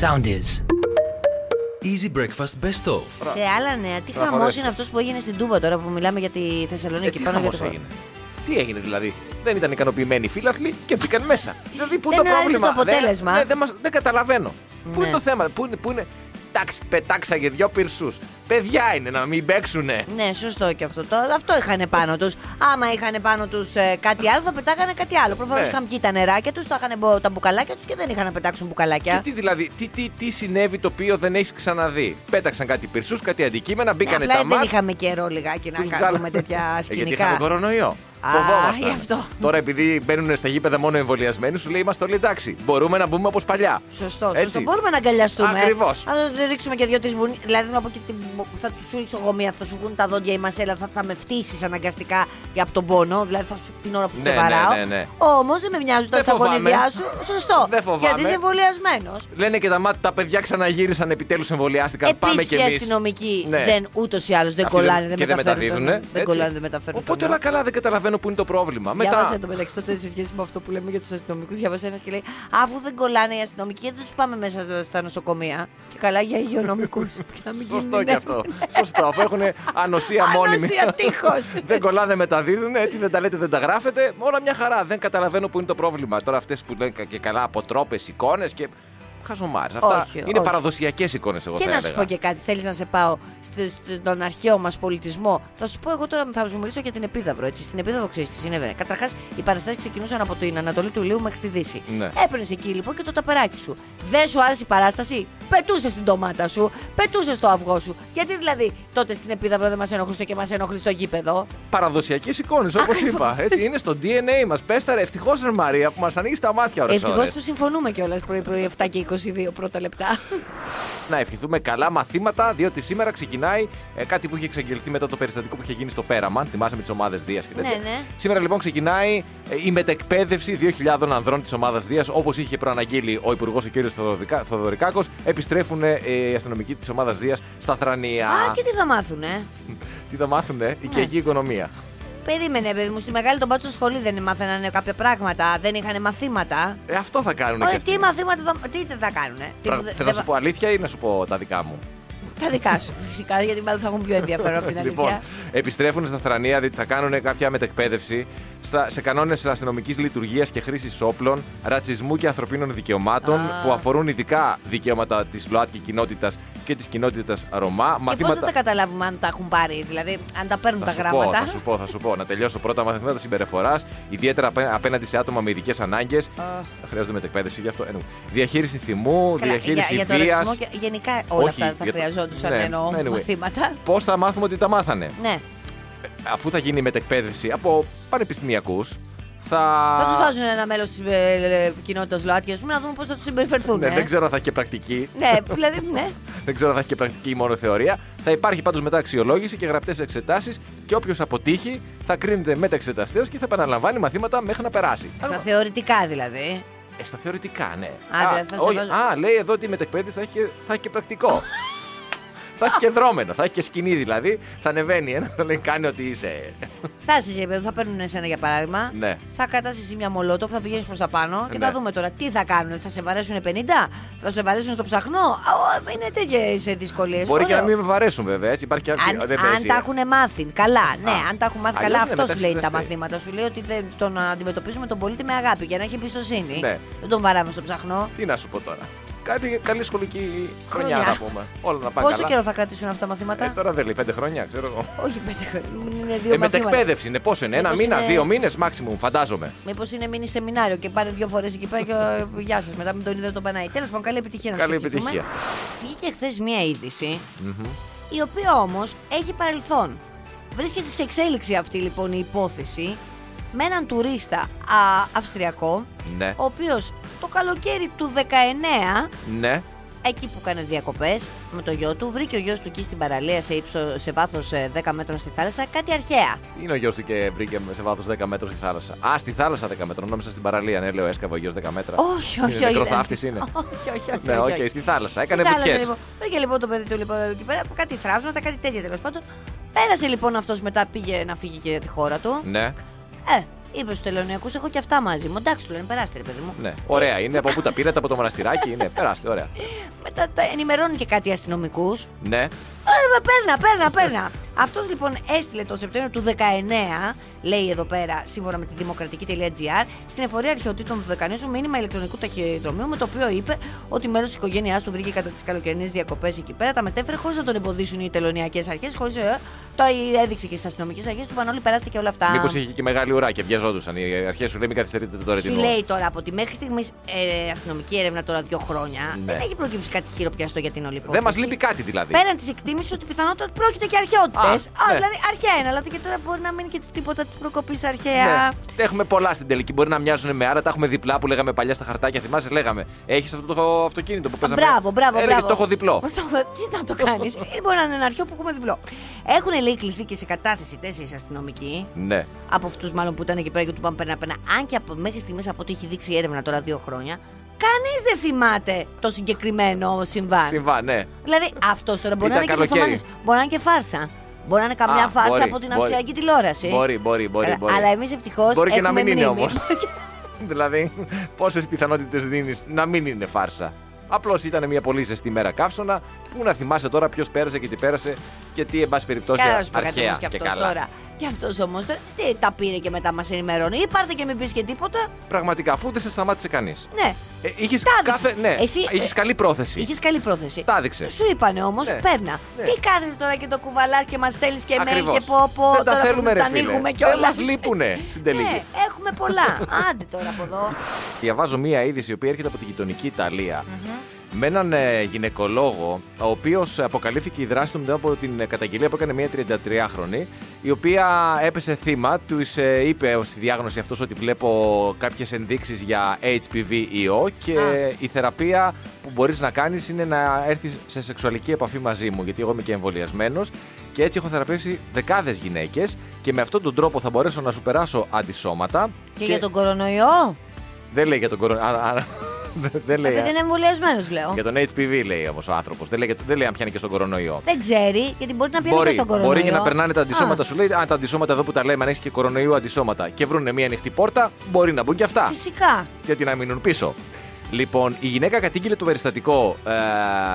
Sound is. Easy Breakfast Best Of. Σε άλλα νέα, τι Τώρα χαμό χορεύει. είναι αυτός που έγινε στην Τούβα τώρα που μιλάμε για τη Ε, Θεσσαλονίκη. τι πάνω για χαμός το έγινε. Τι έγινε δηλαδή. Δεν ήταν ικανοποιημένοι οι φύλαθλοι και μπήκαν μέσα. Δηλαδή πού είναι Ε, Δεν το άρεσε πρόβλημα. το αποτέλεσμα. Δεν, ναι, δεν, μας- δεν καταλαβαίνω. Πού Ναι. είναι το θέμα. Πού είναι. Πού είναι... Εντάξει, πετάξαγε δυο πυρσούς. Παιδιά είναι να μην παίξουνε. Ναι, σωστό και αυτό. Το, αυτό είχαν πάνω τους. Άμα είχαν πάνω τους κάτι άλλο, θα πετάγανε κάτι άλλο. Προφανώς Ναι. είχαν πιει τα νεράκια τους, τα είχαν μπο- τα μπουκαλάκια τους και δεν είχαν να πετάξουν μπουκαλάκια. Και τι δηλαδή, τι, τι, τι συνέβη το οποίο δεν έχεις ξαναδεί. Πέταξαν κάτι πυρσούς, κάτι αντικείμενα, Ναι, μπήκανε απλά τα δεν μάτια. είχαμε καιρό λιγάκι να Τους κάνουμε βγάλαμε. τέτοια Ε, Γιατί σκηνικά. είχαμε κορονοϊό. Α, Φοβόμασταν. γι' αυτό. Τώρα επειδή μπαίνουν στα γήπεδα μόνο εμβολιασμένοι, σου λέει είμαστε όλοι εντάξει. Μπορούμε να μπούμε όπως παλιά. Σωστό, Έτσι. σωστό. Μπορούμε να αγκαλιαστούμε. Ακριβώς. Αν το ρίξουμε και δύο τη βουνή. Δηλαδή θα πω και την... θα τους σούριξω εγώ μία, θα σου βγουν τα δόντια η μασέλα, θα, θα με φτύσεις αναγκαστικά για από τον πόνο. Δηλαδή θα σου την ώρα που Ναι, σε βαράω. ναι, ναι, ναι. Όμως δεν με μοιάζουν τα Δεν φοβάμαι. σαγωνιδιά σου. Σωστό. Δεν φοβάμαι. Γιατί είσαι εμβολιασμένος. Λένε και τα μάτια τα παιδιά ξαναγύρισαν, επιτέλους εμβολιάστηκαν. πάμε κι Επίση οι εμείς. αστυνομικοί δεν ούτως ή άλλως δεν Αυτοί κολλάνε, δεν, και δεν μεταφέρουν τον- μεταδίδουν. Δεν κολλάνε, δεν μεταφέρουν. Οπότε τον όλα ιό. καλά, δεν καταλαβαίνω που είναι το πρόβλημα. Διάβασα Μετά. το μεταξύ τότε σε σχέση με αυτό που λέμε για τους αστυνομικούς. Διάβασα ένας και λέει Αφού δεν κολλάνε οι αστυνομικοί, γιατί δεν τους πάμε μέσα στα- στα νοσοκομεία. Και καλά για υγειονομικούς. Σωστό και αυτό. Σωστό, αφού έχουν ανοσία μόνιμη. ναι, Ανοσία τείχος. δεν κολλά, δεν μεταδίδουν, έτσι δεν τα λέτε, δεν τα γράφετε. Όλα μια χαρά. Δεν καταλαβαίνω που είναι το πρόβλημα. Τώρα αυτές που λένε και καλά αποτρόπες, εικόνες και. Χαζομάρες. Αυτά Όχι, είναι όχι. παραδοσιακές εικόνες, εγώ Και θα να σου έλεγα. πω και κάτι, θέλεις να σε πάω στο- στον αρχαίο μας πολιτισμό. Θα σου πω εγώ τώρα, θα σου μιλήσω για την Επίδαυρο. Έτσι. Στην Επίδαυρο ξέρεις τι συνέβαινε. Καταρχάς, οι παραστάσεις ξεκινούσαν από την Ανατολή του Ηλίου μέχρι τη Δύση. Ναι. Έπαιρνες εκεί λοιπόν και το ταπεράκι σου. Δεν σου άρεσε η παράσταση, πετούσες την ντομάτα σου, πετούσες το αυγό σου. Γιατί δηλαδή τότε στην Επίδαυρο δεν μας ενοχλούσε και μας ενοχλεί στο γήπεδο. Παραδοσιακές εικόνες, όπως είπα. Έτσι, είναι στο DNA μας. Πέσταρε, ευτυχώ, Μαρία, που μας ανοίγεις τα μάτια ώρες Ευτυχώς ώρες. που συμφωνούμε κιόλας πρωί-πρωί 7 και 22 πρώτα λεπτά. να ευχηθούμε καλά μαθήματα, διότι σήμερα ξεκινάει ε, κάτι που είχε εξαγγελθεί μετά το περιστατικό που είχε γίνει στο Πέραμαν. Θυμάσαι με τις ομάδες Δίας και τέτοια. Ναι, ναι. Σήμερα λοιπόν ξεκινάει ε, η μετεκπαίδευση 2.000 ανδρών της ομάδας Δίας. Όπως είχε προαναγγείλει ο Υπουργός ο κ. Θοδωρικάκο, επιστρέφουν ε, οι αστυνομικοί της ομάδας Δίας στα Θρανία. Α, και τι Ναι. θα μάθουνε. Τι θα μάθουνε, η οικιακή οικονομία. Περίμενε, παιδί μου, στη μεγάλη τον πάτσο σχολή δεν μάθαιναν κάποια πράγματα, δεν είχαν μαθήματα. Ε, αυτό θα κάνουν. Όχι, τι μαθήματα θα, τι δεν θα κάνουνε. Τι που δεν- Θα, δεν σου βα- πω αλήθεια ή να σου πω τα δικά μου. Τα δικά σου, φυσικά, γιατί μάλλον θα έχουν πιο ενδιαφέρον από την Λοιπόν, αλήθεια. επιστρέφουν στα θρανία, διότι θα κάνουν κάποια μετεκπαίδευση στα, σε κανόνες αστυνομικής λειτουργίας και χρήσης όπλων, ρατσισμού και ανθρωπίνων δικαιωμάτων Α. που αφορούν ειδικά δικαιώματα της ΛΟΑΤΚΙ κοινότητας και της κοινότητας Ρωμά. Και πώς θα τα καταλάβουμε αν τα έχουν πάρει, δηλαδή αν τα παίρνουν Θα τα σου πω, γράμματα. θα σου πω, θα σου πω. Να τελειώσω πρώτα μαθήματα συμπεριφοράς, ιδιαίτερα απέ- απέναντι σε άτομα με ειδικές ανάγκες. Χρειάζονται μετεκπαίδευση γι' αυτό. εννοώ. Διαχείριση θυμού, Καλά, διαχείριση για, για το βίας. ρατσισμό και γενικά όλα Όχι, αυτά θα για το- χρειαζόντουσαν ναι, εννοώ anyway. μαθήματα. Πώς θα μάθουμε ότι τα μάθανε. Ναι, αφού θα γίνει η μετεκπαίδευση από πανεπιστημιακούς, θα. θα τους βάζουν ένα ε, μέλο τη κοινότητα ΛΟΑΤΚΙΑ πούμε να δούμε πώς θα τους συμπεριφερθούν. Ναι, ε. δεν ξέρω αν θα έχει και πρακτική. Ναι, δηλαδή, ναι. Δεν ξέρω αν θα έχει και πρακτική ή μόνο θεωρία. Θα υπάρχει πάντως μετά αξιολόγηση και γραπτές εξετάσεις και όποιος αποτύχει θα κρίνεται μεταξεταστέω και θα επαναλαμβάνει μαθήματα μέχρι να περάσει. Στα θεωρητικά δηλαδή. Ε, στα θεωρητικά, ναι. Α, δηλαδή θα σε όχι, βάζω- α, λέει εδώ ότι η μετεκπαίδευση θα έχει και, θα έχει και πρακτικό. θα έχει και δρόμενο, θα έχει και σκηνή δηλαδή. Θα ανεβαίνει ένα, θα λέει κάνει ότι είσαι. Θα είσαι σε επίπεδο, θα παίρνουν εσένα για παράδειγμα. Ναι. Θα κρατάς εσύ μια μολότοφ, θα πηγαίνεις προς τα πάνω και Ναι. θα δούμε τώρα τι θα κάνουν. Θα σε βαρέσουν 50, θα σε βαρέσουν στο ψαχνό. Α, ο, Είναι τέτοιες δυσκολίες. Μπορεί και να μην με βαρέσουν βέβαια, έτσι υπάρχει και Ε, Αν, αυτή. δεν αν παίζει, τα ε. έχουν μάθει καλά, ναι, αν τα έχουν μάθει Αλλιώς καλά, είναι αυτός μεταξύ ε. λέει τους τα δεύτεροι. μαθήματα. Σου λέει ότι δεν, τον αντιμετωπίζουμε τον πολίτη με αγάπη για να έχει εμπιστοσύνη. Ναι. Δεν τον βαράμε στο ψαχνό. Τι να σου πω τώρα. Καλή, καλή σχολική Χρονιά. χρονιά να πούμε. Όλα να πάνε Πόσο καλά. καιρό θα κρατήσουν αυτά τα μαθήματα, Ε, τώρα δεν λέει πέντε χρόνια, ξέρω εγώ. Όχι πέντε χρόνια. Είναι δύο Ε, μαθήματα. μετεκπαίδευση είναι πόσο είναι, ένα Μήπως μήνα, είναι- δύο μήνες maximum, φαντάζομαι. Μήπως είναι μείνει σεμινάριο και πάνε δύο φορές εκεί πέρα και ε, γεια σας. Μετά με τον είδε τον Πανάη. Τέλος πάντων, καλή επιτυχία να Καλή τους ευχηθούμε. επιτυχία. Βγήκε χθες μία είδηση, η οποία όμως έχει παρελθόν. Βρίσκεται σε εξέλιξη αυτή λοιπόν η υπόθεση με έναν τουρίστα α, Αυστριακό, Ναι. ο οποίος το καλοκαίρι του 19 Ναι. εκεί που κάνει διακοπές με το γιο του, βρήκε ο γιος του εκεί στην παραλία σε, ύψο, σε βάθος 10 μέτρων στη θάλασσα κάτι αρχαία. Είναι ο γιος του και βρήκε σε βάθος 10 μέτρων στη θάλασσα. Α, στη θάλασσα 10 μέτρων, νόμιζα στην παραλία. Ναι, λέω, έσκαβε ο γιος 10 μέτρα. Όχι, όχι, όχι. νεκροθάφτης δεν- είναι. Όχι, όχι, όχι. Ναι, όχι, οκ, όχι. στη θάλασσα. Στη Έκανε θάλασσα, βουτιές. Λοιπόν. Βρήκε λοιπόν το παιδί του λοιπόν εκεί πέρα, κάτι θράσματα, κάτι τέτοια τέλος πάντων. Πέρασε λοιπόν αυτός μετά, πήγε να φύγει και τη χώρα του. Ναι. Ε, Είπε στους τελωνιακούς: Έχω και αυτά μαζί μου. Εντάξει, του λένε: Περάστε, ρε παιδί μου. Ναι, Ε. ωραία είναι. Από πού τα πήρατε, από το μοναστηράκι είναι. Περάστε, ωραία. Μετά τα ενημερώνουν και κάτι αστυνομικούς. Ναι, Ε, παίρνα, παίρνα, παίρνα. Αυτός λοιπόν έστειλε τον Σεπτέμβριο του 19, λέει εδώ πέρα, σύμφωνα με τη δημοκρατική.gr, στην εφορία αρχαιοτήτων του Δεκανήσου μήνυμα ηλεκτρονικού ταχυδρομείου, με το οποίο είπε ότι μέρο της οικογένειάς του βρήκε κατά τις καλοκαιρινές διακοπές εκεί πέρα, τα μετέφερε χωρίς να τον εμποδίσουν οι τελωνιακές αρχές, χωρίς. Ε, το έδειξε και στις αστυνομικές αρχές του Πανόλη, περάστε και όλα αυτά. μήπως είχε και μεγάλη ουρά και βιαζόντουσαν. Οι αρχές σου λέει μην καθυστερείτε το Σου ρετινό. λέει τώρα από τη μέχρι στιγμής ε, αστυνομική έρευνα τώρα δύο χρόνια. Ναι. Δεν έχει προκύψει κάτι χειροπιαστό για την όλη Δεν μας υπόθεση. λείπει κάτι δηλαδή. Πέραν της εκτίμησης ότι πιθανότατα πρόκειται και αρχαιότητε. Α, Α, ναι. δηλαδή αρχαία είναι, αλλά και τώρα μπορεί να μείνει και της τίποτα της προκοπής αρχαία. Ναι. Έχουμε πολλά στην τελική. Μπορεί να μοιάζουν με άρα. Τα έχουμε διπλά που λέγαμε παλιά στα χαρτάκια. Θυμάσαι, λέγαμε. Έχεις αυτό το αυτοκίνητο που παίζαμε. Μπράβο, μπράβο, Έλεγες, μπράβο. Το έχω διπλό. Το έχω- Τι να το κάνεις. μπορεί να είναι ένα αρχαίο που έχουμε διπλό. Έχουν λέει κληθεί και σε κατάθεση τέσσερις αστυνομικοί. Ναι. Από αυτούς μάλλον που ήταν εκεί πέρα και του πάνε πέρα πέρα. Αν και από, μέχρι στιγμής από ό,τι έχει δείξει η έρευνα τώρα δύο χρόνια, κανείς δεν θυμάται το συγκεκριμένο συμβάν. Συμβά, ναι. Δηλαδή αυτός τώρα μπορεί να Ήταν είναι και καλοκαίρι. μυθομανής, μπορεί να είναι και φάρσα. Μπορεί να είναι καμιά Α, φάρσα μπορεί, από την μπορεί. αυστριακή τηλεόραση. Μπορεί, μπορεί, μπορεί. Καλά, μπορεί. Αλλά εμείς ευτυχώς. Μπορεί και να μην είναι όμως. δηλαδή, πόσες πιθανότητες δίνεις να μην είναι φάρσα. Απλώς ήταν μια πολύ ζεστή μέρα καύσωνα. Πού να θυμάσαι τώρα ποιος πέρασε και τι πέρασε και τι, εν πάση περιπτώσει, Κάρα που αρχαία κατέβασε και και, αυτός καλά. τώρα. Και αυτός όμως τι τα πήρε και μετά μας ενημερώνει. Ή πάρτε και μην πεις και τίποτα. Πραγματικά, αφού δεν σε σταμάτησε κανείς. Ναι. Ε, είχες Τα έδειξες. κάθε, ναι, Εσύ, είχες ε, καλή πρόθεση. Είχες καλή πρόθεση. Τα έδειξε. Σου είπανε όμως, Ναι. παίρνα. Ναι. Τι κάθεσαι τώρα και το κουβαλάς και μας στέλνεις και mail Ακριβώς. και πω πω. Δεν τα τώρα θέλουμε, πρέπει ρε να Τα φίλε. ανοίγουμε Δεν κιόλα. μας λείπουνε στην τελική. Ναι, έχουμε πολλά. Άντε τώρα από εδώ. Διαβάζω μία είδηση η οποία έρχεται από τη γειτονική Ιταλία, Με έναν ε, γυναικολόγο, ο οποίος αποκαλύφθηκε η δράση του μετά από την ε, καταγγελία που έκανε μία 33χρονη, η οποία έπεσε θύμα. Τους είπε ως τη διάγνωση αυτός ότι βλέπω κάποιες ενδείξεις για HPV ιό E και Α. η θεραπεία που μπορείς να κάνεις είναι να έρθεις σε σεξουαλική επαφή μαζί μου, γιατί εγώ είμαι και εμβολιασμένος. Και έτσι έχω θεραπεύσει δεκάδες γυναίκες και με αυτόν τον τρόπο θα μπορέσω να σου περάσω αντισώματα. Και για τον κορονοϊό. Δεν λέει για τον κορονοϊό. Δεν λέει. Επειδή είναι εμβολιασμένος, λέω. Για τον HPV λέει όμως ο άνθρωπος. Δεν, λέει για- δεν λέει αν πιάνει και στον κορονοϊό. Δεν ξέρει, γιατί μπορεί να πιάνει και Μπορεί, στον κορονοϊό. μπορεί και να περνάνε τα αντισώματα. Α, Σου λέει, αν τα αντισώματα εδώ που τα λέμε, αν έχεις και κορονοϊό αντισώματα και βρούνε μία ανοιχτή πόρτα, μπορεί να μπουν και αυτά. Φυσικά. Γιατί να μείνουν πίσω. Λοιπόν, η γυναίκα κατήγγειλε το περιστατικό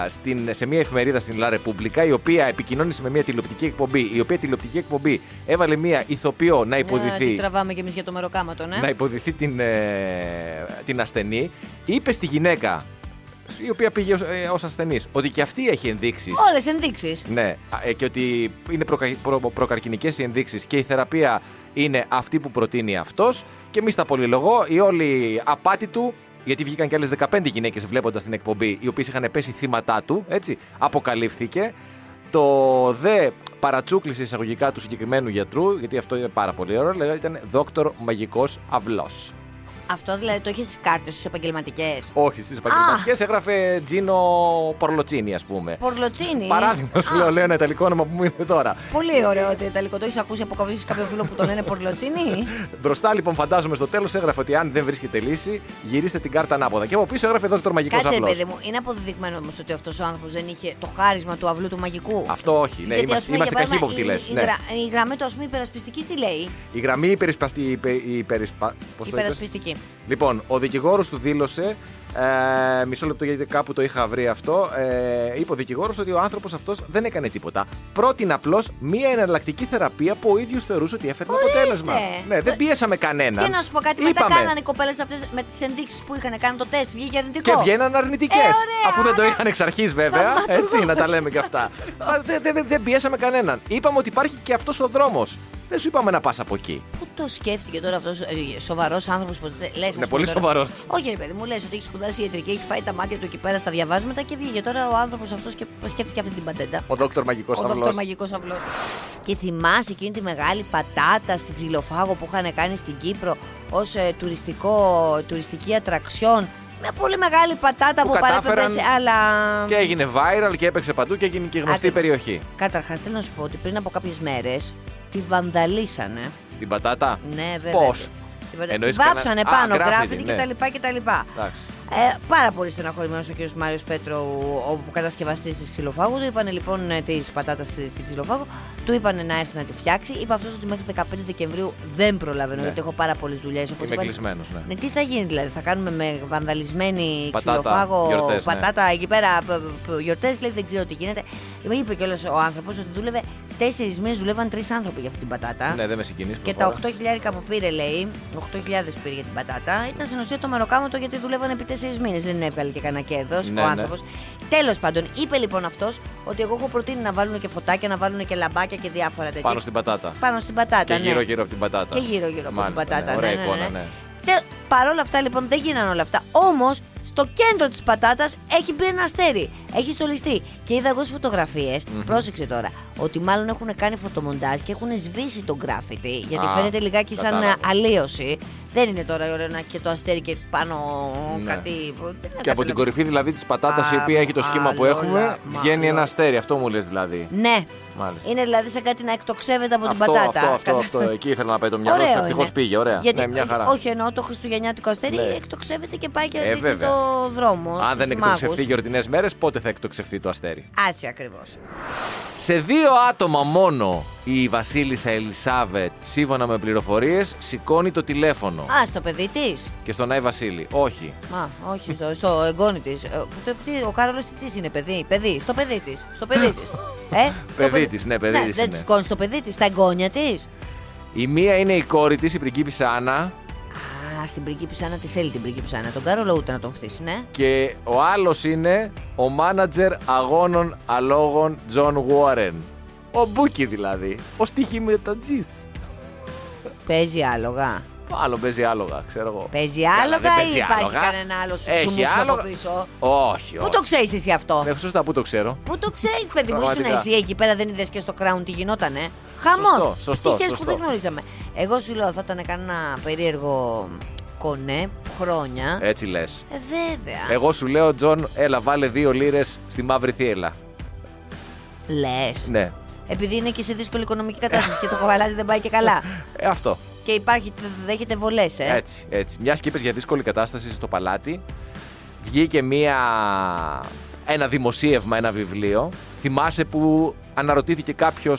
ε, στην, σε μια εφημερίδα στην La Repubblica, η οποία επικοινώνησε με μια τηλεοπτική εκπομπή, η οποία τηλεοπτική εκπομπή έβαλε μια ηθοποιό να Ε, υποδηθεί τι τραβάμε κι εμείς για το μεροκάματο, ναι. να υποδηθεί την, ε, την ασθενή, είπε στη γυναίκα, η οποία πήγε ως, ε, ως ασθενής, ότι και αυτή έχει ενδείξεις. Όλες ενδείξεις. Ναι, α, ε, και ότι είναι προκα, προ, προκαρκινικές οι ενδείξεις και η θεραπεία είναι αυτή που προτείνει αυτός και μη στα πολυλογώ, η όλη απάτη του γιατί βγήκαν και άλλες 15 γυναίκες βλέποντας την εκπομπή, οι οποίες είχαν πέσει θύματά του, έτσι, αποκαλύφθηκε. Το δε παρατσούκλησε εισαγωγικά του συγκεκριμένου γιατρού, γιατί αυτό είναι πάρα πολύ ωραίο, λέγανε ήταν δόκτωρ μαγικός αυλός. Αυτό δηλαδή το έχεις στι κάρτε σου επαγγελματικές. Όχι, στις επαγγελματικές έγραφε Τζίνο Πορλοτσίνη, ας πούμε. Πορλοτσίνη. Παράδειγμα, σου λέω, λέω ένα ιταλικό όνομα που μου είναι τώρα. Πολύ ωραίο ότι Ιταλικό. Το έχεις ακούσει από κάποιο, ίσως κάποιο φίλο που τον λένε Πορλοτσίνη. Μπροστά λοιπόν, φαντάζομαι στο τέλος έγραφε ότι αν δεν βρίσκεται λύση, γυρίστε την κάρτα ανάποδα. Και από πίσω έγραφε Δόκτωρ Μαγικός Κάτσε, ρε Αυλό. παιδί μου, είναι αποδεδειγμένο όμως ότι αυτός ο άνθρωπος δεν είχε το χάρισμα του αυλού του μαγικού. Αυτό όχι, ναι, Γιατί, είμαστε- ας πούμε, είμαστε για παράδειγμα, καχύποπτοι, η- λες, Η, ναι. γρα- η γραμμή του, ας πούμε, υπερασπιστική τι λέει. Η γραμμή υπερισπαστή. Υπε, υπερισπα... πώς το είπες? υπερασπιστική. Λοιπόν, ο δικηγόρος του δήλωσε. Ε, μισό λεπτό γιατί κάπου το είχα βρει αυτό. Ε, είπε ο δικηγόρος ότι ο άνθρωπος αυτός δεν έκανε τίποτα. Πρότεινε απλώς μία εναλλακτική θεραπεία που ο ίδιος θεωρούσε ότι έφερνε Ορίστε. αποτέλεσμα. Ναι, δεν πιέσαμε κανέναν. Και να σου πω κάτι, μετά Είπαμε. κάνανε οι κοπέλες αυτές με τις ενδείξεις που είχαν κάνει το τεστ, βγήκε αρνητικό. Και βγαίναν αρνητικές. Ε, ωραία, αφού δεν το άρα- είχαν εξ αρχής, βέβαια. Θαυματουργός. Έτσι, να τα λέμε και αυτά. Αλλά δεν δεν- δεν πιέσαμε κανέναν. Είπαμε ότι υπάρχει και αυτός ο δρόμος. Δεν σου είπαμε να πας από εκεί. Πού το σκέφτηκε τώρα αυτός σοβαρός άνθρωπος που λες. Είναι πολύ σοβαρός. Όχι, ρε παιδί μου, λες ότι έχει σπουδάσει ιατρική, έχει φάει τα μάτια του εκεί πέρα στα διαβάσματα και βγήκε τώρα ο άνθρωπος αυτός και σκέφτηκε αυτή την πατέντα. Ο δόκτωρ Μαγικός Ο Αυλός. δόκτωρ Μαγικός Αυλός. Και θυμάσαι εκείνη τη μεγάλη πατάτα στην ξυλοφάγο που είχαν κάνει στην Κύπρο ως τουριστικό, τουριστική ατραξιόν. Μια πολύ μεγάλη πατάτα Που που, παρέπεμπε κατάφεραν σε άλλα. Και έγινε viral και έπαιξε παντού και έγινε και γνωστή η Άκρη. περιοχή. Καταρχάς θέλω να σου πω ότι πριν από κάποιες μέρες τη βανδαλίσανε. Την πατάτα. Ναι, βέβαια. Πώς. Τη βαντα- Εννοείς τη βάψανε κανένα- Α, πάνω, γράφιτι, γράφιτι ναι. κτλ. κτλ. Εντάξει. Ε, πάρα πολύ στεναχωρημένος ο κ. Μάριος Πέτρο, ο κατασκευαστής της ξυλοφάγου. Του είπαν λοιπόν της πατάτας στην ξυλοφάγου, του είπαν να έρθει να τη φτιάξει. Είπε αυτός ότι μέχρι 15 Δεκεμβρίου δεν προλαβαίνω, Ναι. γιατί έχω πάρα πολλές δουλειές. Είμαι κλεισμένος, ναι. Ναι, τι θα γίνει δηλαδή, θα κάνουμε με βανδαλισμένη Πατάτα, ξυλοφάγο γιορτές, ναι. πατάτα εκεί πέρα, γιορτές, λέει δεν ξέρω τι γίνεται. Μου είπε κιόλας ο άνθρωπος ότι δούλευε τέσσερις μήνες, δουλεύαν τρεις άνθρωποι για αυτή την πατάτα. Ναι, δεν με συγκινείς. Και τα προχώρα. 8.000 που πήρε, λέει, 8.000 πήρε για την πατάτα, ήταν στην ουσία το μεροκάματο γιατί δουλεύανε επί 4 μήνες. Δεν έβγαλε και κανένα κέρδος Ναι, ο ναι. άνθρωπος. Τέλος πάντων, είπε λοιπόν αυτός ότι εγώ έχω προτείνει να βάλουν και φωτάκια, να βάλουν και λαμπάκια και διάφορα τέτοια. Πάνω στην πατάτα. Πάνω στην πατάτα. Και ναι. γύρω-γύρω από την Και πατάτα. γύρω-γύρω από την Μάλιστα, ναι. πατάτα. Ωραία ναι, ναι, εικόνα, ναι. ναι. Τε- παρόλα αυτά λοιπόν δεν γίνανε όλα αυτά. Όμως στο κέντρο της πατάτας έχει μπει ένα αστέρι. Έχει στολιστεί. Και είδα εγώ στις φωτογραφιε πρόσεξε τώρα, ότι μάλλον έχουν κάνει φωτομοντάζ και έχουν σβήσει τον γράφιτι. Γιατί Α, φαίνεται λιγάκι σαν κατάλαβα. α, αλλίωση. Δεν είναι τώρα ωραίο να και το αστέρι και πάνω Ναι. κάτι. δεν είναι Και από την κάτι- κορυφή δηλαδή της πατάτας η Α, οποία έχει το σχήμα που μαλόλα, έχουμε, βγαίνει μαλόλα. ένα αστέρι. Αυτό μου λες δηλαδή. Ναι. Μάλιστα. Είναι δηλαδή σαν κάτι να εκτοξεύεται από Αυτό, την πατάτα. αυτό, αυτό, Κατα- αυτό. Εκεί ήθελα να πάει το μυαλό Ωραίο σου. Ευτυχώ είναι. πήγε, ωραία. Γιατί, ναι, μια χαρά. Όχι, εννοώ το Χριστουγεννιάτικο αστέρι Ναι. εκτοξεύεται και πάει και Ε, δείχνει βέβαια. το δρόμο. Αν στους δεν εκτοξευτεί μάγους. γιορτινές μέρες, πότε θα εκτοξευτεί το αστέρι. Έτσι ακριβώς. Σε δύο άτομα μόνο η Βασίλισσα Ελισάβετ, σύμφωνα με πληροφορίες, σηκώνει το τηλέφωνο. Α, στο παιδί της. Και στον Άι Βασίλη. Όχι. Μα, όχι, στο, στο εγγόνι της. Ο Κάρολος τι είναι, παιδί, παιδί, στο παιδί της. Στο παιδί της. Ε, στο Παιδί της, ναι, παιδί της Δεν είναι. της σηκώνει στο παιδί της, στα εγγόνια της. Η μία είναι η κόρη της, η πριγκίπισσα Άννα, Ας, στην πριγκίπισσα να τη θέλει την πριγκίπισσα να τον Κάρολο ούτε να τον φτύσει, ναι. και ο άλλος είναι ο μάνατζερ αγώνων αλόγων Τζον Βόρεν. Ο Μπούκι δηλαδή. Ο στοιχημετατζή. Παίζει άλογα. Άλλο παίζει άλογα, ξέρω εγώ. Παίζει Καλά, άλογα δεν παίζει ή υπάρχει άλογα. κανένα άλλο σου Έχει μουξο από άλογα. πίσω? Όχι, Πού όχι. το ξέρεις εσύ αυτό. Ναι, σωστά, πού το ξέρω. Πού το ξέρεις, παιδί μου, ήσουν Πραγματικά. εσύ εκεί πέρα, δεν είδες και στο Crown τι γινότανε. ε? Χαμός. Σωστό, σωστό, που σωστό. δεν γνωρίζαμε. Εγώ σου λέω, θα ήταν κανένα περίεργο κονέ χρόνια. Έτσι λες. Ε, βέβαια. Εγώ σου λέω, Τζον, έλα, βάλε δύο λίρες στη μαύρη θύελα. Λες. Ναι. Επειδή είναι και σε δύσκολη οικονομική κατάσταση και το χαβαλάτι δεν πάει και καλά. Ε, αυτό. Και υπάρχει, δέχεται βολές, ε. Έτσι, έτσι. Μιας και είπες για δύσκολη κατάσταση στο παλάτι, βγήκε μία, ένα δημοσίευμα, ένα βιβλίο. Θυμάσαι που αναρωτήθηκε κάποιος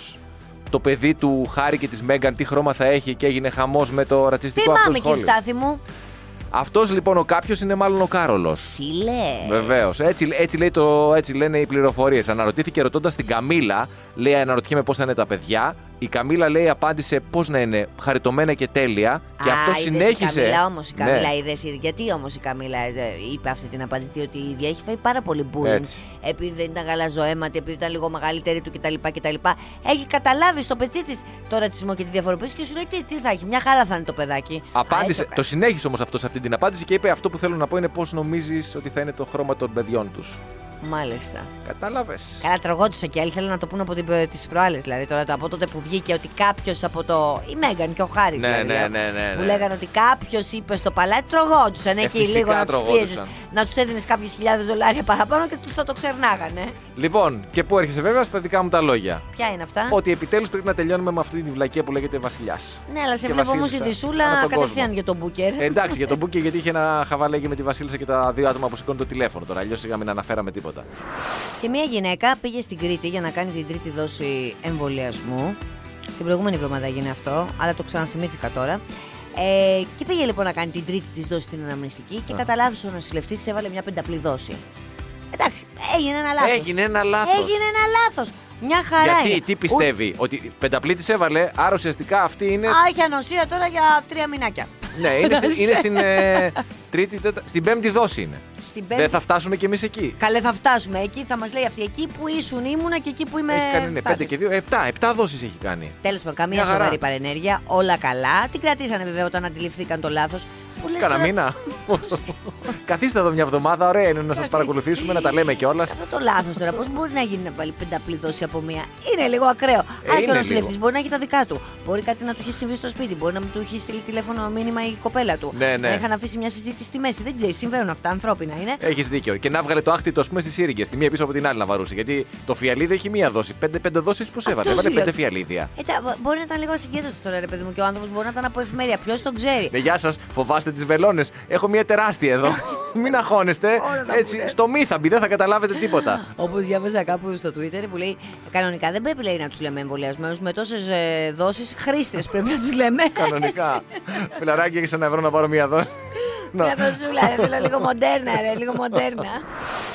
το παιδί του Χάρη και της Μέγαν τι χρώμα θα έχει και έγινε χαμός με το ρατσιστικό αυτό Θυμάμαι και σχόλιο. στάθη μου. Αυτός λοιπόν ο κάποιος είναι μάλλον ο Κάρολος. Τι λες. Βεβαίως. Έτσι, έτσι, λέει το, έτσι λένε οι πληροφορίες. Αναρωτήθηκε ρωτώντας την Καμίλα, λέει: Αναρωτιέμαι πώς θα είναι τα παιδιά. Η Καμίλα λέει: Απάντησε πώς να είναι χαριτωμένα και τέλεια. Και αυτό συνέχισε. Η Καμίλα όμως, η Ναι. Καμίλα είδες, είδε- Γιατί όμως η Καμίλα ε, είπε αυτή την απαντητή ότι η ίδια έχει φάει πάρα πολύ bullying. Έτσι. Επειδή δεν ήταν γαλαζοαίματη, επειδή ήταν λίγο μεγαλύτερη του κτλ. κτλ. Έχει καταλάβει στο πετσί της το ρατσισμό και τη διαφοροποίηση και σου λέει τι, τι θα έχει. Μια χαρά θα είναι το παιδάκι. Απάντησε, Α, έτσι το συνέχισε όμως αυτό σε αυτή την απάντηση και είπε: Αυτό που θέλω να πω είναι πώς νομίζεις ότι θα είναι το χρώμα των παιδιών τους. κα- Μάλιστα. Κατάλαβες. Καλά, τραγώτησε και άλλοι. Θέλω να το πούνε από τις προάλλες. Δηλαδή, τώρα το- από τότε που βγήκε ότι κάποιος από το. Η Μέγαν και ο Χάρη. Ναι, δηλαδή, ναι, λέω, ναι, ναι, Που ναι. λέγανε ότι κάποιος είπε στο παλάτι, τρογόντουσαν ναι, Ε, εκεί φυσικά λίγο να τους τρογόντουσαν. Να τους έδινες κάποιες χιλιάδες δολάρια παραπάνω και του- θα το ξερνάγανε. Λοιπόν, και πού έρχεσαι βέβαια στα δικά μου τα λόγια. Ποια είναι αυτά. Ότι επιτέλους πρέπει να τελειώνουμε με αυτή τη βλακεία που λέγεται Βασιλιάς. Ναι, αλλά σε και βλέπω όμω η βασίλισσα ανά Δυσούλα τον κατευθείαν κόσμο. για τον Μπούκερ. Ε, εντάξει, για τον Μπούκε, γιατί είχε ένα χαβαλέγγι με τη Βασίλισσα και τα δύο άτομα που σηκώνουν το τηλέφωνο. Τώρα αλλιώς σιγά μην αναφέραμε τίποτα. Και μια γυναίκα πήγε στην Κρήτη για να κάνει την τρίτη δόση εμβολιασμού. Την προηγούμενη εβδομάδα έγινε αυτό, αλλά το ξαναθυμήθηκα τώρα. Ε, και πήγε λοιπόν να κάνει την τρίτη της δόση στην αναμνηστική και κατά λάθο ο νοσηλευτής της έβαλε μια πενταπλή δόση. Εντάξει, έγινε ένα λάθος. Έγινε ένα λάθος. Έγινε ένα λάθος. Μια χαρά είναι. Γιατί, τι πιστεύει, ότι πενταπλή της έβαλε, άρα ουσιαστικά αυτή είναι. Ου- Α, έχει ανοσία τώρα για τρία μηνάκια. ναι, είναι, στη- είναι στην. ε, τρίτη, τέτα- στην πέμπτη δόση είναι. Στην πέμπτη. Δεν θα φτάσουμε κι εμείς εκεί. Καλέ, θα φτάσουμε εκεί. Θα μας λέει αυτή εκεί που ήσουν, ήμουνα και εκεί που είμαι. Έχει κάνει ναι, 5 και 2, 7. 7 δόσεις έχει κάνει. Τέλος πάντων, καμία Μια χαρά. σοβαρή παρενέργεια. Όλα καλά. Την κρατήσανε βέβαια όταν αντιληφθήκαν το λάθος. Κάνα μήνα. Καθίστε εδώ μια εβδομάδα, ωραία είναι να σας παρακολουθήσουμε, να τα λέμε κιόλας. Αυτό το λάθος τώρα, πώς μπορεί να γίνει να βάλει πενταπλή δόση από μία. Είναι λίγο ακραίο. Ε, Άρα και είναι ο νοσηλευτής λίγο. μπορεί να έχει τα δικά του. Μπορεί κάτι να του έχει συμβεί στο σπίτι, μπορεί να μην του έχει στείλει τηλέφωνο μήνυμα η κοπέλα του. Ναι, ναι. Να είχαν αφήσει μια συζήτηση στη μέση. Δεν ξέρεις, συμβαίνουν αυτά, ανθρώπινα είναι. Έχεις δίκιο. Και να βγάλε το άχτιτο, ας πούμε, στις σύριγγες. Τη μία πίσω από την άλλη να βαρούσε. Γιατί το φιαλίδι έχει μία δόση. Πέντε, πέντε δόσεις πώς έβαλε. σου Έβαλε λέω. πέντε φιαλίδια. Ε, τα- μπορεί να ήταν λίγο ασυγκέντρωτο τώρα, ρε παιδί μου, και ο άνθρωπος μπορεί να ήταν από εφημερία. Ποιος τον ξέρει. Ναι, γεια σας. Φοβάστε αγχώνεστε τις βελόνες. Έχω μια τεράστια εδώ. Μην αγχώνεστε. Όλα ε. τα Έτσι, μπουνέ. στο μη θα μπει, δεν θα καταλάβετε τίποτα. Όπως διάβασα κάπου στο Twitter που λέει Κανονικά δεν πρέπει λέει, να τους λέμε εμβολιασμένους. Με τόσες δόσεις χρήστες πρέπει να τους λέμε. Κανονικά. Φιλαράκι, έχεις ένα ευρώ να πάρω μία δόση. Να. Μια δοσούλα, ρε, θέλω λίγο μοντέρνα, ρε, λίγο μοντέρνα.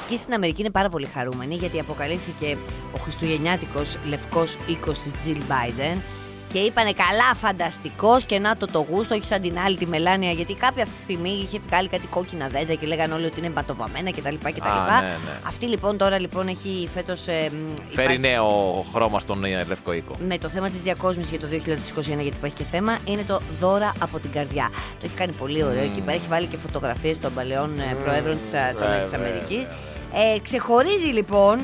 Και στην Αμερική είναι πάρα πολύ χαρούμενοι γιατί αποκαλύφθηκε ο χριστουγεννιάτικος λευκός οίκος της Jill Biden και είπανε καλά φανταστικός και να το το γούστο, όχι σαν την άλλη τη Μελάνια γιατί κάποια αυτή τη στιγμή είχε βγάλει κάτι κόκκινα δέντρα και λέγανε όλοι ότι είναι μπατοβαμμένα κτλ. κτλ. Α, ναι, ναι. Αυτή λοιπόν τώρα λοιπόν έχει φέτος... ε, μ, Φέρει υπάρχει- νέο χρώμα στον ε, λευκό οίκο. ναι, το θέμα της διακόσμησης για το 2021, γιατί υπάρχει και θέμα, είναι το δώρα από την καρδιά. Το έχει κάνει πολύ ωραίο εκεί πέρα. Έχει βάλει και φωτογραφίες των παλαιών ε, προέδρων της Mm. Βέβαια, Αμερική. Ε, ξεχωρίζει λοιπόν,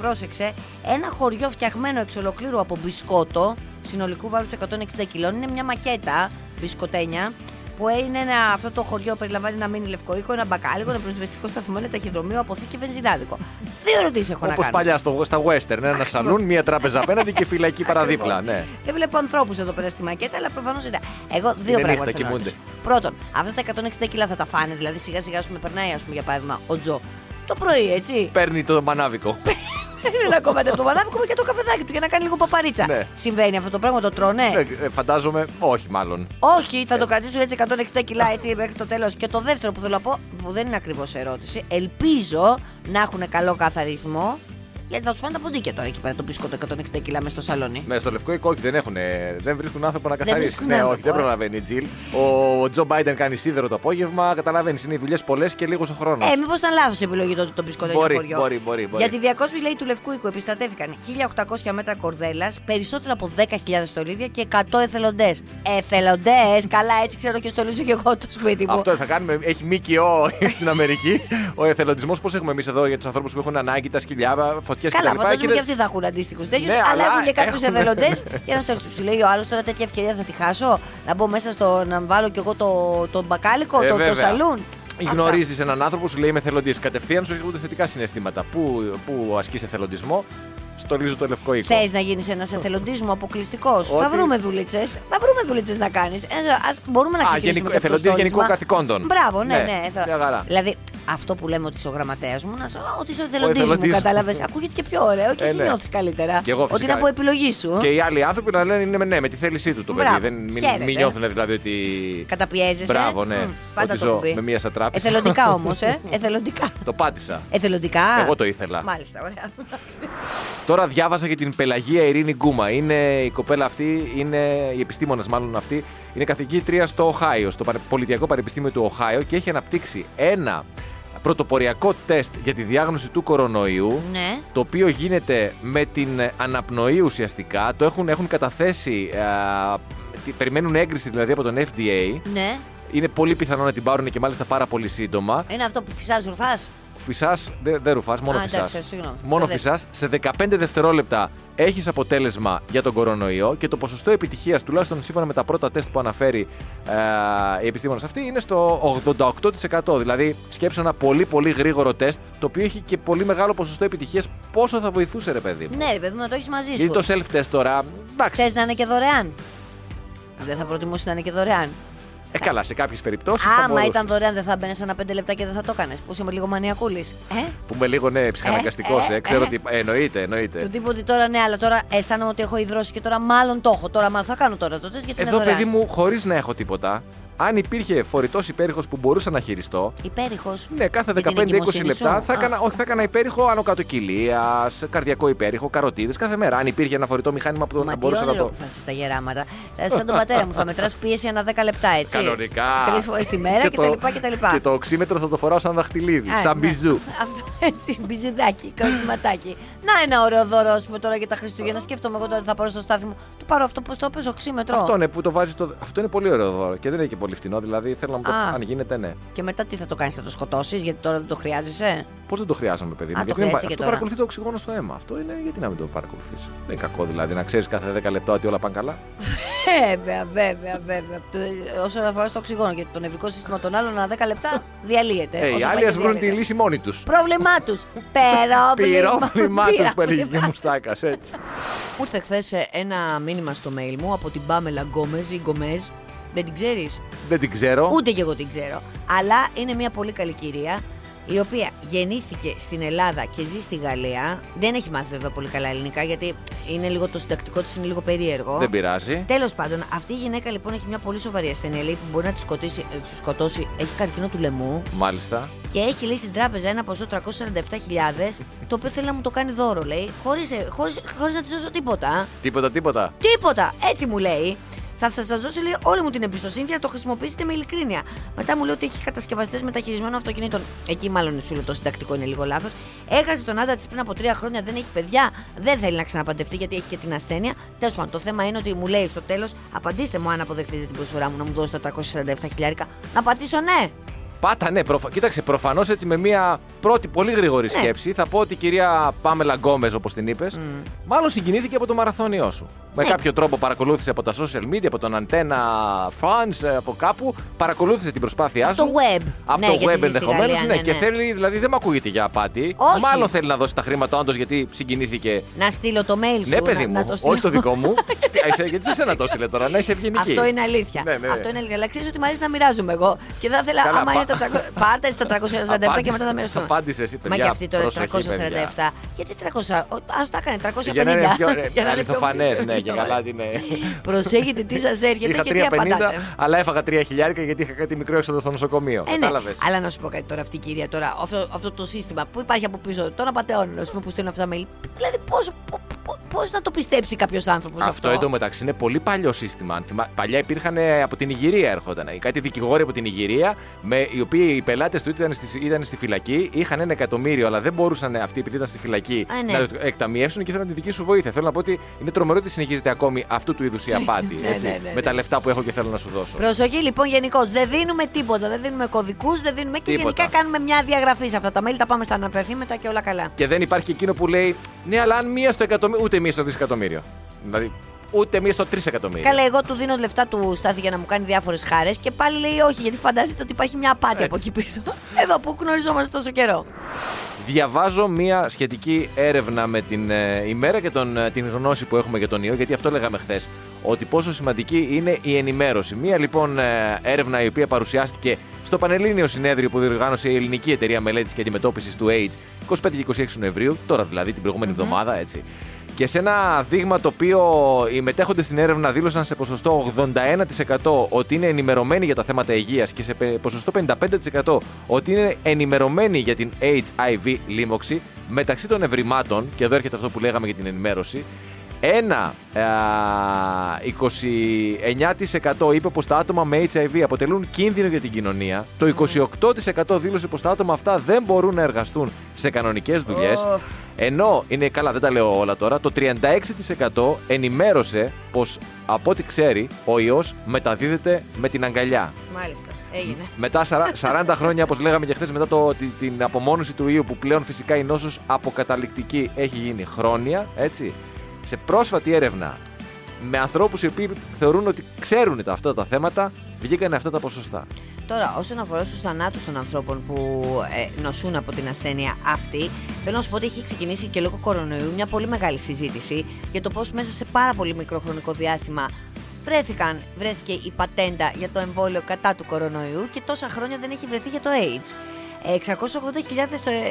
πρόσεξε, ένα χωριό φτιαγμένο εξ ολοκλήρου από μπισκότο, συνολικού βάρους 160 κιλών. Είναι μια μακέτα μπισκοτένια. Που είναι ένα, αυτό το χωριό περιλαμβάνει ένα μίνι λευκό οίκο, ένα μπακάλικο, ένα πυροσβεστικό σταθμό, ένα ταχυδρομείο, αποθήκη και βενζινάδικο. Δύο ερωτήσεις έχω να Όπως κάνω. παλιά στο, στα western. Ένα σαλούν, μία τράπεζα απέναντι και φυλακή παραδίπλα. Ναι. Δεν βλέπω ανθρώπους εδώ πέρα στη μακέτα, αλλά προφανώς είναι. Εγώ δύο νύχτα, πράγματα. θέλω να κοιμούνται. ρωτήσω. Πρώτον, αυτά τα 160 κιλά θα τα φάνε, δηλαδή σιγά σιγά σου με περνάει, ας πούμε, για παράδειγμα, ο Τζο. Το πρωί, έτσι. Παίρνει το μανάβικο. Παίρνει ένα κομμάτι από το μανάβικο μου και το καφεδάκι του για να κάνει λίγο παπαρίτσα. Ναι. Συμβαίνει αυτό το πράγμα, το τρώνε. Ναι, ε, φαντάζομαι, όχι μάλλον. Όχι, θα το κρατήσουν έτσι 160 κιλά έτσι μέχρι το τέλος. Και το δεύτερο που θέλω να πω, που δεν είναι ακριβώς ερώτηση, ελπίζω να έχουν καλό καθαρισμό. Γιατί θα τους φάνε τα ποντίκια τώρα εκεί πέρα το μπισκότο 160 κιλά μέσα στο σαλόνι. Ναι, στο λευκό οίκο όχι, δεν, έχουν, δεν βρίσκουν άνθρωπο να καθαρίσει. βρίσκουν Ναι, άνθρωπο, όχι, δεν ε. προλαβαίνει η Τζιλ. Ο, ο Τζο Μπάιντεν κάνει σίδερο το απόγευμα. Καταλαβαίνεις, είναι οι δουλειές πολλές και λίγος ο χρόνος. Ε, μήπως ήταν λάθος επιλογή τότε το μπισκότο για Μπορεί, το χωριό. μπορεί, μπορεί, μπορεί. Για τη διακόσμη λέει του Λευκού Οίκου επιστρατεύτηκαν 1800 μέτρα κορδέλας, περισσότερα από 10.000 στολίδια και 100 εθελοντές. Εθελοντές, καλά, έτσι ξέρω και στολίζω και εγώ το σπίτι μου. Αυτό θα κάνουμε. Έχει ΜΚΟ στην Αμερική. ο εθελοντισμός, πώς έχουμε εμείς εδώ για τους ανθρώπους που έχουν ανάγκη, τα σκυλιά, φωτιέ κτλ. Καλά, φαντάζομαι Κύριε- και αυτοί θα έχουν αντίστοιχους τέτοιου, Ναι, αλλά αλλά έχουν και κάποιου έχουν. εθελοντές για να στολίσουν. Σου λέει ο άλλος τώρα τέτοια ευκαιρία θα τη χάσω, να μπω μέσα στο να βάλω κι εγώ το, το μπακάλικο, Ε, το, το βέβαια. σαλούν. Αυτά. Γνωρίζεις έναν άνθρωπο, σου λέει είμαι εθελοντής. Κατευθείαν σου έρχονται θετικά συναισθήματα. Πού, πού ασκείς εθελοντισμό, στολίζω το λευκό οίκο. Θες να γίνεις ένας εθελοντή μου αποκλειστικός. Θα Λοιπόν. Ότι- βρούμε δουλίτσες. Θα βρούμε δουλίτσες να κάνεις. Μπορούμε να Α, ξεκινήσουμε. γενικό- και αυτό το εθελοντής στόλισμα. γενικών καθηκόντων. Μπράβο, ναι, Ναι, ναι. θα- μια χαρά. Δηλαδή, αυτό που λέμε ότι είσαι ο γραμματέας μου, να σου λέω ότι είσαι ο εθελοντής μου. εθελοντής μου. Κατάλαβε. Ακούγεται και πιο ωραίο και Ε, εσύ ναι. νιώθεις καλύτερα. Κι εγώ Ότι φυσικά. είναι από επιλογή σου. Και οι άλλοι άνθρωποι να λένε είναι με ναι, με τη θέλησή του το παιδί. Μπράβο, Δεν, μην, χαίρετε. μην νιώθουν δηλαδή ότι. Καταπιέζεσαι. Μπράβο, ναι. Μμ, πάντα ότι το ζω έχω πει. με μία σατράπεζα. Εθελοντικά όμως, ε. Εθελοντικά. το πάτησα. Εθελοντικά. Εγώ το ήθελα. Μάλιστα, ωραία. Τώρα διάβασα για την Πελαγία Ειρήνη Γκούμα. Είναι η κοπέλα αυτή, είναι οι επιστήμονες μάλλον αυτή. Είναι καθηγήτρια στο Οχάιο, στο Πανε- Πολιτιακό Πανεπιστήμιο του Οχάιο και έχει αναπτύξει ένα πρωτοποριακό τεστ για τη διάγνωση του κορονοϊού. ναι. Το οποίο γίνεται με την ε, αναπνοή ουσιαστικά. Το έχουν, έχουν καταθέσει. α, τη- περιμένουν έγκριση δηλαδή από τον FDA. Ναι. Είναι πολύ πιθανό να την πάρουν και μάλιστα πάρα πολύ σύντομα. Είναι αυτό που φυσάζει ρουφάς. Φυσάς, δεν δε ρουφάς, μόνο Α, φυσά. εντάξει, συγγνώμη. Μόνο Μπερδεύτηκα. φυσάς. Σε 15 δευτερόλεπτα έχεις αποτέλεσμα για τον κορονοϊό και το ποσοστό επιτυχίας, τουλάχιστον σύμφωνα με τα πρώτα τεστ που αναφέρει ε, η επιστήμονας αυτή, είναι στο 88%. Δηλαδή, σκέψω ένα πολύ πολύ γρήγορο τεστ, το οποίο έχει και πολύ μεγάλο ποσοστό επιτυχίας. Πόσο θα βοηθούσε, ρε παιδί μου. Ναι, ρε παιδί μου, να το έχεις μαζί σου. Γιατί το self-test τώρα. Εντάξει. Θες να είναι και δωρεάν. Δεν θα προτιμούσε να είναι και δωρεάν. Ε, καλά, σε κάποιες περιπτώσεις. θα Άμα μπορούσες. ήταν δωρεάν, δεν θα μπαίνε ένα πέντε λεπτά και δεν θα το έκανες. Που είσαι λίγο μανιακούλης. Ε? Που είμαι λίγο ναι, ψυχαναγκαστικός. Ε, Ε, ε, ξέρω ε. ότι. ε, εννοείται, εννοείται. Του τύπου ότι τώρα ναι, αλλά τώρα αισθάνομαι ότι έχω υδρώσει και τώρα μάλλον το έχω. Τώρα μάλλον θα κάνω τώρα τότε γιατί είναι Εδώ, δωρεάν. παιδί μου, χωρίς να έχω τίποτα, αν υπήρχε φορητός υπέρηχος που μπορούσα να χειριστώ, Υπέρηχος. ναι, κάθε Για την 15-20 εγκυμοσύνη λεπτά σου. θα Α. έκανα, όχι, θα έκανα υπέρηχο άνω κάτω κοιλίας, καρδιακό υπέρηχο, καροτίδες κάθε μέρα. Αν υπήρχε ένα φορητό μηχάνημα που Μα θα τι μπορούσα να όνειρο το. που θα είσαι στα γεράματα. Θα είσαι σαν τον πατέρα μου, θα μετράς πίεση ανά 10 λεπτά έτσι. Κανονικά. Τρεις φορές τη μέρα το- κτλ. Και το οξύμετρο θα το φοράω σαν δαχτυλίδι, Α, σαν ναι. μπιζού. Αυτό έτσι, μπιζιδάκι, κολληματάκι. Να ένα ωραίο δώρο, ας πούμε, τώρα για τα Χριστούγεννα. Σκέφτομαι εγώ τώρα ότι θα πάρω στο στάθι μου. Του πάρω αυτό που το παίζω, οξύμετρο. Αυτό ναι. είναι που το βάζεις το. Αυτό είναι πολύ ωραίο δώρο και δεν είναι και πολύ φτηνό, δηλαδή θέλω να μου το. Α. Αν γίνεται, ναι. Και μετά τι θα το κάνεις, θα το σκοτώσεις, γιατί τώρα δεν το χρειάζεσαι. Πώς δεν το χρειάζομαι, παιδί Α, το μου. Γιατί είναι... χρειάζεσαι Αυτό και τώρα. παρακολουθείς το οξυγόνο στο αίμα. Αυτό είναι γιατί να μην το παρακολουθήσει. Δεν είναι κακό δηλαδή να ξέρεις κάθε 10 λεπτά ότι όλα πάνε καλά. Βέβαια, βέβαια, βέβαια. Το- Όσον αφορά στο οξυγόνο και το νευρικό σύστημα των άλλων, ανά 10 λεπτά διαλύεται. Ε, οι Ναι, Όσο άλλοι πάει α και βρουν τη διαλύεται. λύση μόνοι τους. Πρόβλημά τους. Περόβλημα. Πυρόβλημά τους που έλεγε και Πυρόβλημά. ο Μουστάκα, έτσι. Μου ήρθε χθες ένα μήνυμα στο mail μου από την Πάμελα Γκόμεζ ή Γκομέζ. Δεν την ξέρεις. Δεν την ξέρω. Ούτε και εγώ την ξέρω. Αλλά είναι μια πολύ καλή κυρία η οποία γεννήθηκε στην Ελλάδα και ζει στη Γαλλία. Δεν έχει μάθει βέβαια πολύ καλά ελληνικά γιατί είναι λίγο το συντακτικό της είναι λίγο περίεργο. Δεν πειράζει. Τέλος πάντων, αυτή η γυναίκα λοιπόν έχει μια πολύ σοβαρή ασθένεια λέει, που μπορεί να τη σκοτήσει, ε, τη σκοτώσει. Έχει καρκίνο του λαιμού Μάλιστα. και έχει λέει στην τράπεζα ένα ποσό 347.000 το οποίο θέλει να μου το κάνει δώρο, λέει, χωρίς χωρίς, χωρίς να της δώσω τίποτα. Τίποτα, τίποτα. Τίποτα! Έτσι μου λέει. Θα, θα σα δώσω λέει, όλη μου την εμπιστοσύνη και να το χρησιμοποιήσετε με ειλικρίνεια. Μετά μου λέει ότι έχει κατασκευαστές μεταχειρισμένων αυτοκινήτων. Εκεί μάλλον σου λέει το συντακτικό είναι λίγο λάθος. Έχασε τον άντρα της πριν από τρία χρόνια, δεν έχει παιδιά, δεν θέλει να ξαναπαντευτεί γιατί έχει και την ασθένεια. Τέλος πάντων, το θέμα είναι ότι μου λέει στο τέλος, απαντήστε μου αν αποδεχτείτε την προσφορά μου να μου δώσετε τα 347 χιλιάρικα. Να πατήσω ναι. Πάτα, ναι. Προφα... Κοίταξε, προφανώς έτσι με μια πρώτη πολύ γρήγορη Ναι. σκέψη θα πω ότι η κυρία Πάμελα Γκόμες, όπως την είπες, μάλλον συγκινήθηκε από το μαραθώνιό σου. Με Ναι. κάποιο τρόπο παρακολούθησε από τα social media, από τον Antenna France, ε, από κάπου. Παρακολούθησε την προσπάθειά Από σου. το web. Από Ναι, το γιατί web ζει στη ενδεχομένως. Γαλλία, Ναι, ναι, και ναι. θέλει, δηλαδή δεν μ' ακούγεται για απάτη. Όχι. Μάλλον θέλει να δώσει τα χρήματα, όντως, γιατί συγκινήθηκε. Να στείλω το mail σου. Ναι, παιδί να- να μου, το στείλω. όχι το δικό μου. Στε- είσαι- Γιατί σε να το στείλε τώρα, να είσαι ευγενική. Αυτό είναι αλήθεια. Ναι, ναι, ναι. Αυτό είναι αλήθεια. Αλλά ξέρεις ότι μου αρέσει να μοιράζομαι εγώ. Και θα ήθελα, Καλά, άμα πά- είναι τα 300 Πάρτε στα 347 και μετά θα μοιραστούμε. Απάντησες εσύ, παιδιά. Μα και αυτή τώρα προσοχή, 347. Γιατί 300. Ας τα κάνει 350. Για να είναι πιο Για να είναι πιο- αληθοφανέ, ναι, πιο- για καλά την. ε, Προσέχετε τι σας έρχεται Είχα και τι 3,50, απαντάτε. αλλά έφαγα 3 χιλιάρικα γιατί είχα κάτι μικρό έξοδο στο νοσοκομείο. Ε, ναι. Κατάλαβες. Αλλά να σου πω κάτι τώρα, αυτή η κυρία τώρα, αυτό, αυτό το σύστημα που υπάρχει από πίσω των απαταιώνων, ας πούμε, που στέλνουν αυτά τα mail. Δηλαδή, πώς να το πιστέψει κάποιος άνθρωπος αυτό. Αυτό εντωμεταξύ είναι πολύ παλιό σύστημα. Αν θυμά- Παλιά υπήρχαν ε, από την Ιγυρία έρχονταν. ε, Κάτι δικηγόροι από την Ιγυρία, με, οι οποίοι οι πελάτες του ήταν στη, ήταν στη φυλακή, είχαν ένα εκατομμύριο, αλλά δεν μπορούσαν ε, αυτοί επειδή ήταν στη φυλακή Α, ναι. να το εκταμιεύσουν και ήθελαν τη δική σου βοήθεια. Θέλω να πω ότι είναι τρομερό ότι συνεχίζεται ακόμη αυτού του είδους η απάτη. Ναι, έτσι, ναι, ναι, ναι. Με τα λεφτά που έχω και θέλω να σου δώσω. Προσοχή λοιπόν γενικώ. Δεν δίνουμε τίποτα. Δεν δίνουμε κωδικούς, δεν δίνουμε και Τίποτα. γενικά κάνουμε μια διαγραφή σε αυτά τα mail. Τα πάμε στα αναπευθύμετα και όλα καλά. Και δεν υπάρχει εκείνο που λέει Ναι, αλλά αν μία στο εκατομμύριο. Ούτε μία στο δισεκατομμύριο. Δηλαδή, ούτε μία στο τρισεκατομμύριο. Καλά, εγώ του δίνω λεφτά του Στάθη για να μου κάνει διάφορες χάρες και πάλι λέει όχι, γιατί φαντάζεται ότι υπάρχει μια απάτη από εκεί πίσω. Εδώ που γνωριζόμαστε τόσο καιρό. Διαβάζω μία σχετική έρευνα με την ε, ημέρα και τον, ε, την γνώση που έχουμε για τον ιό, γιατί αυτό λέγαμε χθες. Ότι πόσο σημαντική είναι η ενημέρωση. Μία λοιπόν ε, έρευνα η οποία παρουσιάστηκε στο Πανελλήνιο Συνέδριο που διοργάνωσε η Ελληνική Εταιρεία Μελέτης και Αντιμετώπισης του AIDS 25 και 26 Νοεμβρίου, τώρα δηλαδή την προηγούμενη εβδομάδα, έτσι. Και σε ένα δείγμα το οποίο οι μετέχοντες στην έρευνα δήλωσαν σε ποσοστό 81% ότι είναι ενημερωμένοι για τα θέματα υγείας και σε πε- ποσοστό 55% ότι είναι ενημερωμένοι για την HIV λίμωξη, μεταξύ των ευρημάτων, και εδώ έρχεται αυτό που λέγαμε για την ενημέρωση, ένα α, 29% είπε πως τα άτομα με HIV αποτελούν κίνδυνο για την κοινωνία. Το 28% δήλωσε πως τα άτομα αυτά δεν μπορούν να εργαστούν σε κανονικές δουλειές. Ωχ. Ενώ είναι καλά, δεν τα λέω όλα τώρα. Το 36% ενημέρωσε πως από ό,τι ξέρει ο ιός μεταδίδεται με την αγκαλιά. Μάλιστα, έγινε. Μετά 40 40 χρόνια, όπως λέγαμε και χθες, μετά το, τη- την απομόνωση του ιού, που πλέον φυσικά η νόσος αποκαταληκτική έχει γίνει χρόνια, έτσι. Σε πρόσφατη έρευνα με ανθρώπους οι οποίοι θεωρούν ότι ξέρουν τα, αυτά τα θέματα, βγήκαν αυτά τα ποσοστά. Τώρα, όσον αφορά στους θανάτους των ανθρώπων που ε, νοσούν από την ασθένεια αυτή, θέλω να σου πω ότι έχει ξεκινήσει και λόγω κορονοϊού μια πολύ μεγάλη συζήτηση για το πώς μέσα σε πάρα πολύ μικρό χρονικό διάστημα βρέθηκαν, βρέθηκε η πατέντα για το εμβόλιο κατά του κορονοϊού και τόσα χρόνια δεν έχει βρεθεί για το AIDS. Ε, 680.000 το- ε,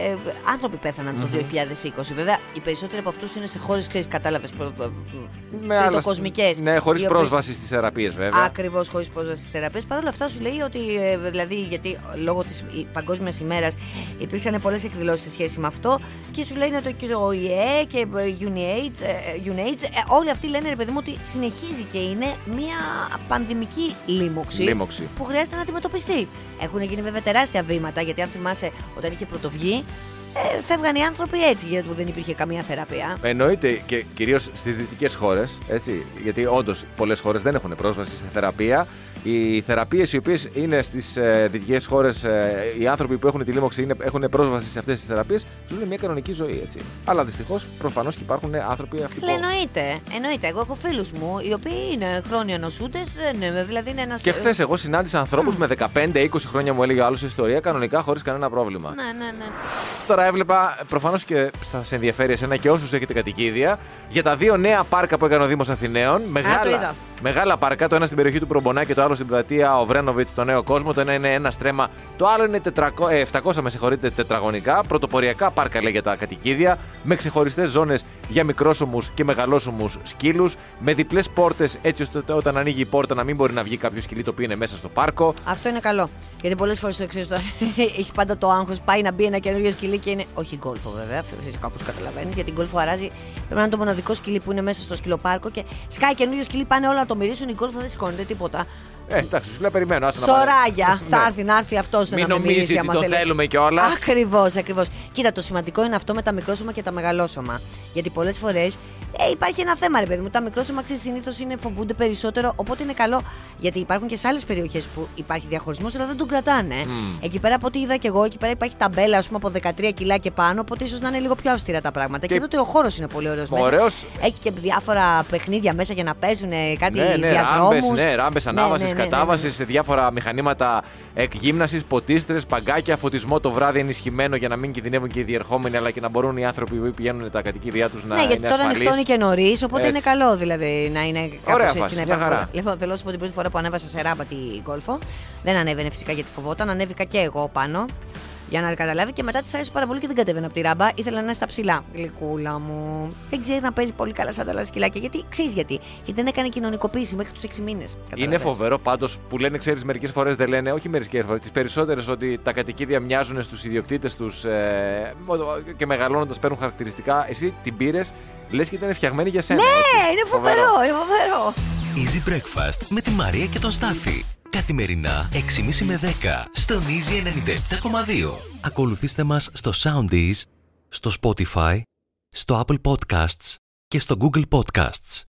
ε, άνθρωποι πέθαναν το 2020. Βέβαια, οι περισσότεροι από αυτούς είναι σε χώρες, ξέρεις, κατάλαβες, τριτοκοσμικέ. Ναι, χωρίς πρόσβαση στις θεραπείες βέβαια. Ακριβώς χωρίς πρόσβαση στις θεραπείες. Παρ' όλα αυτά σου λέει ότι, ε, δηλαδή, γιατί λόγω της Παγκόσμιας ημέρας υπήρξαν πολλές εκδηλώσεις σε σχέση με αυτό και σου λένε ότι και το ΟΗΕ και ε, UNAIDS, ε, UNAIDS ε, όλοι αυτοί λένε ρε παιδί μου ότι συνεχίζει και είναι μια πανδημική λίμωξη Λίμωξη. που χρειάζεται να αντιμετωπιστεί. Έχουν γίνει βέβαια τεράστια βήματα γιατί αν θυμάσαι όταν είχε πρωτοβγεί. Ε, φεύγαν οι άνθρωποι έτσι γιατί δεν υπήρχε καμία θεραπεία. Εννοείται και κυρίως στις δυτικές χώρες, έτσι. Γιατί όντως πολλές χώρες δεν έχουν πρόσβαση σε θεραπεία. Οι θεραπείες οι οποίες είναι στις ε, δυτικές χώρες, οι άνθρωποι που έχουν τη λίμωξη είναι, έχουν πρόσβαση σε αυτές τις θεραπείες, ζουν μια κανονική ζωή, έτσι. Αλλά δυστυχώς προφανώς και υπάρχουν άνθρωποι αυτοί που. Λε, εννοείται, εννοείται. Εγώ έχω φίλους μου οι οποίοι είναι χρόνια νοσούντε, δεν είναι, δηλαδή είναι ένας. Και χθες εγώ συνάντησα ανθρώπους με 15-20 χρόνια μου έλεγε άλλο ιστορία κανονικά χωρίς κανένα πρόβλημα. Ναι, ναι, ναι. Τώρα έβλεπα, προφανώς και θα σε ενδιαφέρει εσένα και όσους έχετε κατοικίδια, για τα δύο νέα πάρκα που έκανε ο Δήμος Αθηναίων. Μεγάλα, το είδα. μεγάλα πάρκα, το ένα στην περιοχή του Προμπονά και το άλλο Τσάρου στην πλατεία, ο Βρένοβιτ στο νέο κόσμο. Το ένα είναι ένα στρέμμα, το άλλο είναι 400, ε, 700 με συγχωρείτε, τετραγωνικά, πρωτοποριακά πάρκα λέει για τα κατοικίδια, με ξεχωριστές ζώνες για μικρόσωμους και μεγαλόσωμους σκύλους, με διπλές πόρτες έτσι ώστε όταν ανοίγει η πόρτα να μην μπορεί να βγει κάποιο σκυλί το οποίο είναι μέσα στο πάρκο. Αυτό είναι καλό. Γιατί πολλές φορές το ξέρεις τώρα. Έχεις πάντα το άγχος. Πάει να μπει ένα καινούριο σκυλί και είναι. Όχι γκολφο βέβαια, αυτό εσύ κάπως καταλαβαίνεις. Γιατί γκολφο αράζει. Πρέπει να είναι το μοναδικό σκυλί που είναι μέσα στο σκυλοπάρκο και σκάει καινούριο σκυλί. Πάνε όλα να το μυρίσουν. Η γκολφο δεν σηκώνεται τίποτα. Ε, εντάξει, σου λέω περιμένω. άσε να πάρω. Σωράγια. Ναι. θα έρθει να έρθει αυτός να Μην με μυρίσει, νομίζει ότι άμα το θέλει. θέλουμε κιόλας. Ακριβώς, ακριβώς. Κοίτα, το σημαντικό είναι αυτό με τα μικρόσωμα και τα μεγαλόσωμα. Γιατί πολλές φορές ε, υπάρχει ένα θέμα, ρε παιδί μου. Τα μικρόσωμα ξέρεις συνήθως φοβούνται περισσότερο. Οπότε είναι καλό. Γιατί υπάρχουν και σε άλλες περιοχές που υπάρχει διαχωρισμός, αλλά δεν τον κρατάνε. Εκεί πέρα από ό,τι είδα και εγώ, εκεί πέρα υπάρχει ταμπέλα ας πούμε, από 13 κιλά και πάνω. Οπότε ίσως να είναι λίγο πιο αυστηρά τα πράγματα. Και, Και- τότε ο χώρος είναι πολύ ωραίος μέσα. Ωραίος. Έχει και διάφορα παιχνίδια μέσα για να παίζουν ε, κάτι Ναι, ναι, διαδρόμους. ράμπες, ναι, ράμπες Ναι, ανάβαση, ναι, ναι, ναι, ναι. κατάβαση, σε διάφορα μηχανήματα εκγύμνασης, ποτίστρες, παγκάκια, φωτισμό το βράδυ ενισχυμένο για να μην κινδυνεύουν και οι διερχόμενοι, αλλά και να μπορούν οι άνθρωποι που πηγαίνουν τα κατοικίδια τους να Ναι, γιατί είναι τώρα ασφαλείς. νυχτώνει και νωρίς, οπότε Έτσι. είναι καλό δηλαδή να είναι κάπω Ωραία έτσι φάση, να μια υπάρχουν. χαρά. Λοιπόν, θέλω να σου πω την πρώτη φορά που ανέβασα σε ράμπα τη γκολφο. Δεν ανέβαινε φυσικά γιατί φοβόταν, ανέβηκα και εγώ πάνω. Για να καταλάβει και μετά της άρεσε πάρα πολύ και δεν κατέβαινα από τη ράμπα. Ήθελα να είναι στα ψηλά. Γλυκούλα μου. Δεν ξέρει να παίζει πολύ καλά σαν τα άλλα σκυλάκια. Γιατί ξέρεις γιατί. Γιατί δεν έκανε κοινωνικοποίηση μέχρι τους 6 μήνε. Είναι φοβερό πάντως που λένε, ξέρεις, μερικές φορές δεν λένε, όχι μερικές φορές, τις περισσότερες ότι τα κατοικίδια μοιάζουν στους ιδιοκτήτες τους ε, και μεγαλώνοντας παίρνουν χαρακτηριστικά. Εσύ την πήρες, λες και ήταν φτιαγμένη για σένα. Ε, είναι φοβερό, είναι φοβερό. Easy Breakfast με τη Μαρία και τον Στάφη. Καθημερινά 6.30 με 10 στον Easy 97.2. Ακολουθήστε μας στο Soundees, στο Spotify, στο Apple Podcasts και στο Google Podcasts.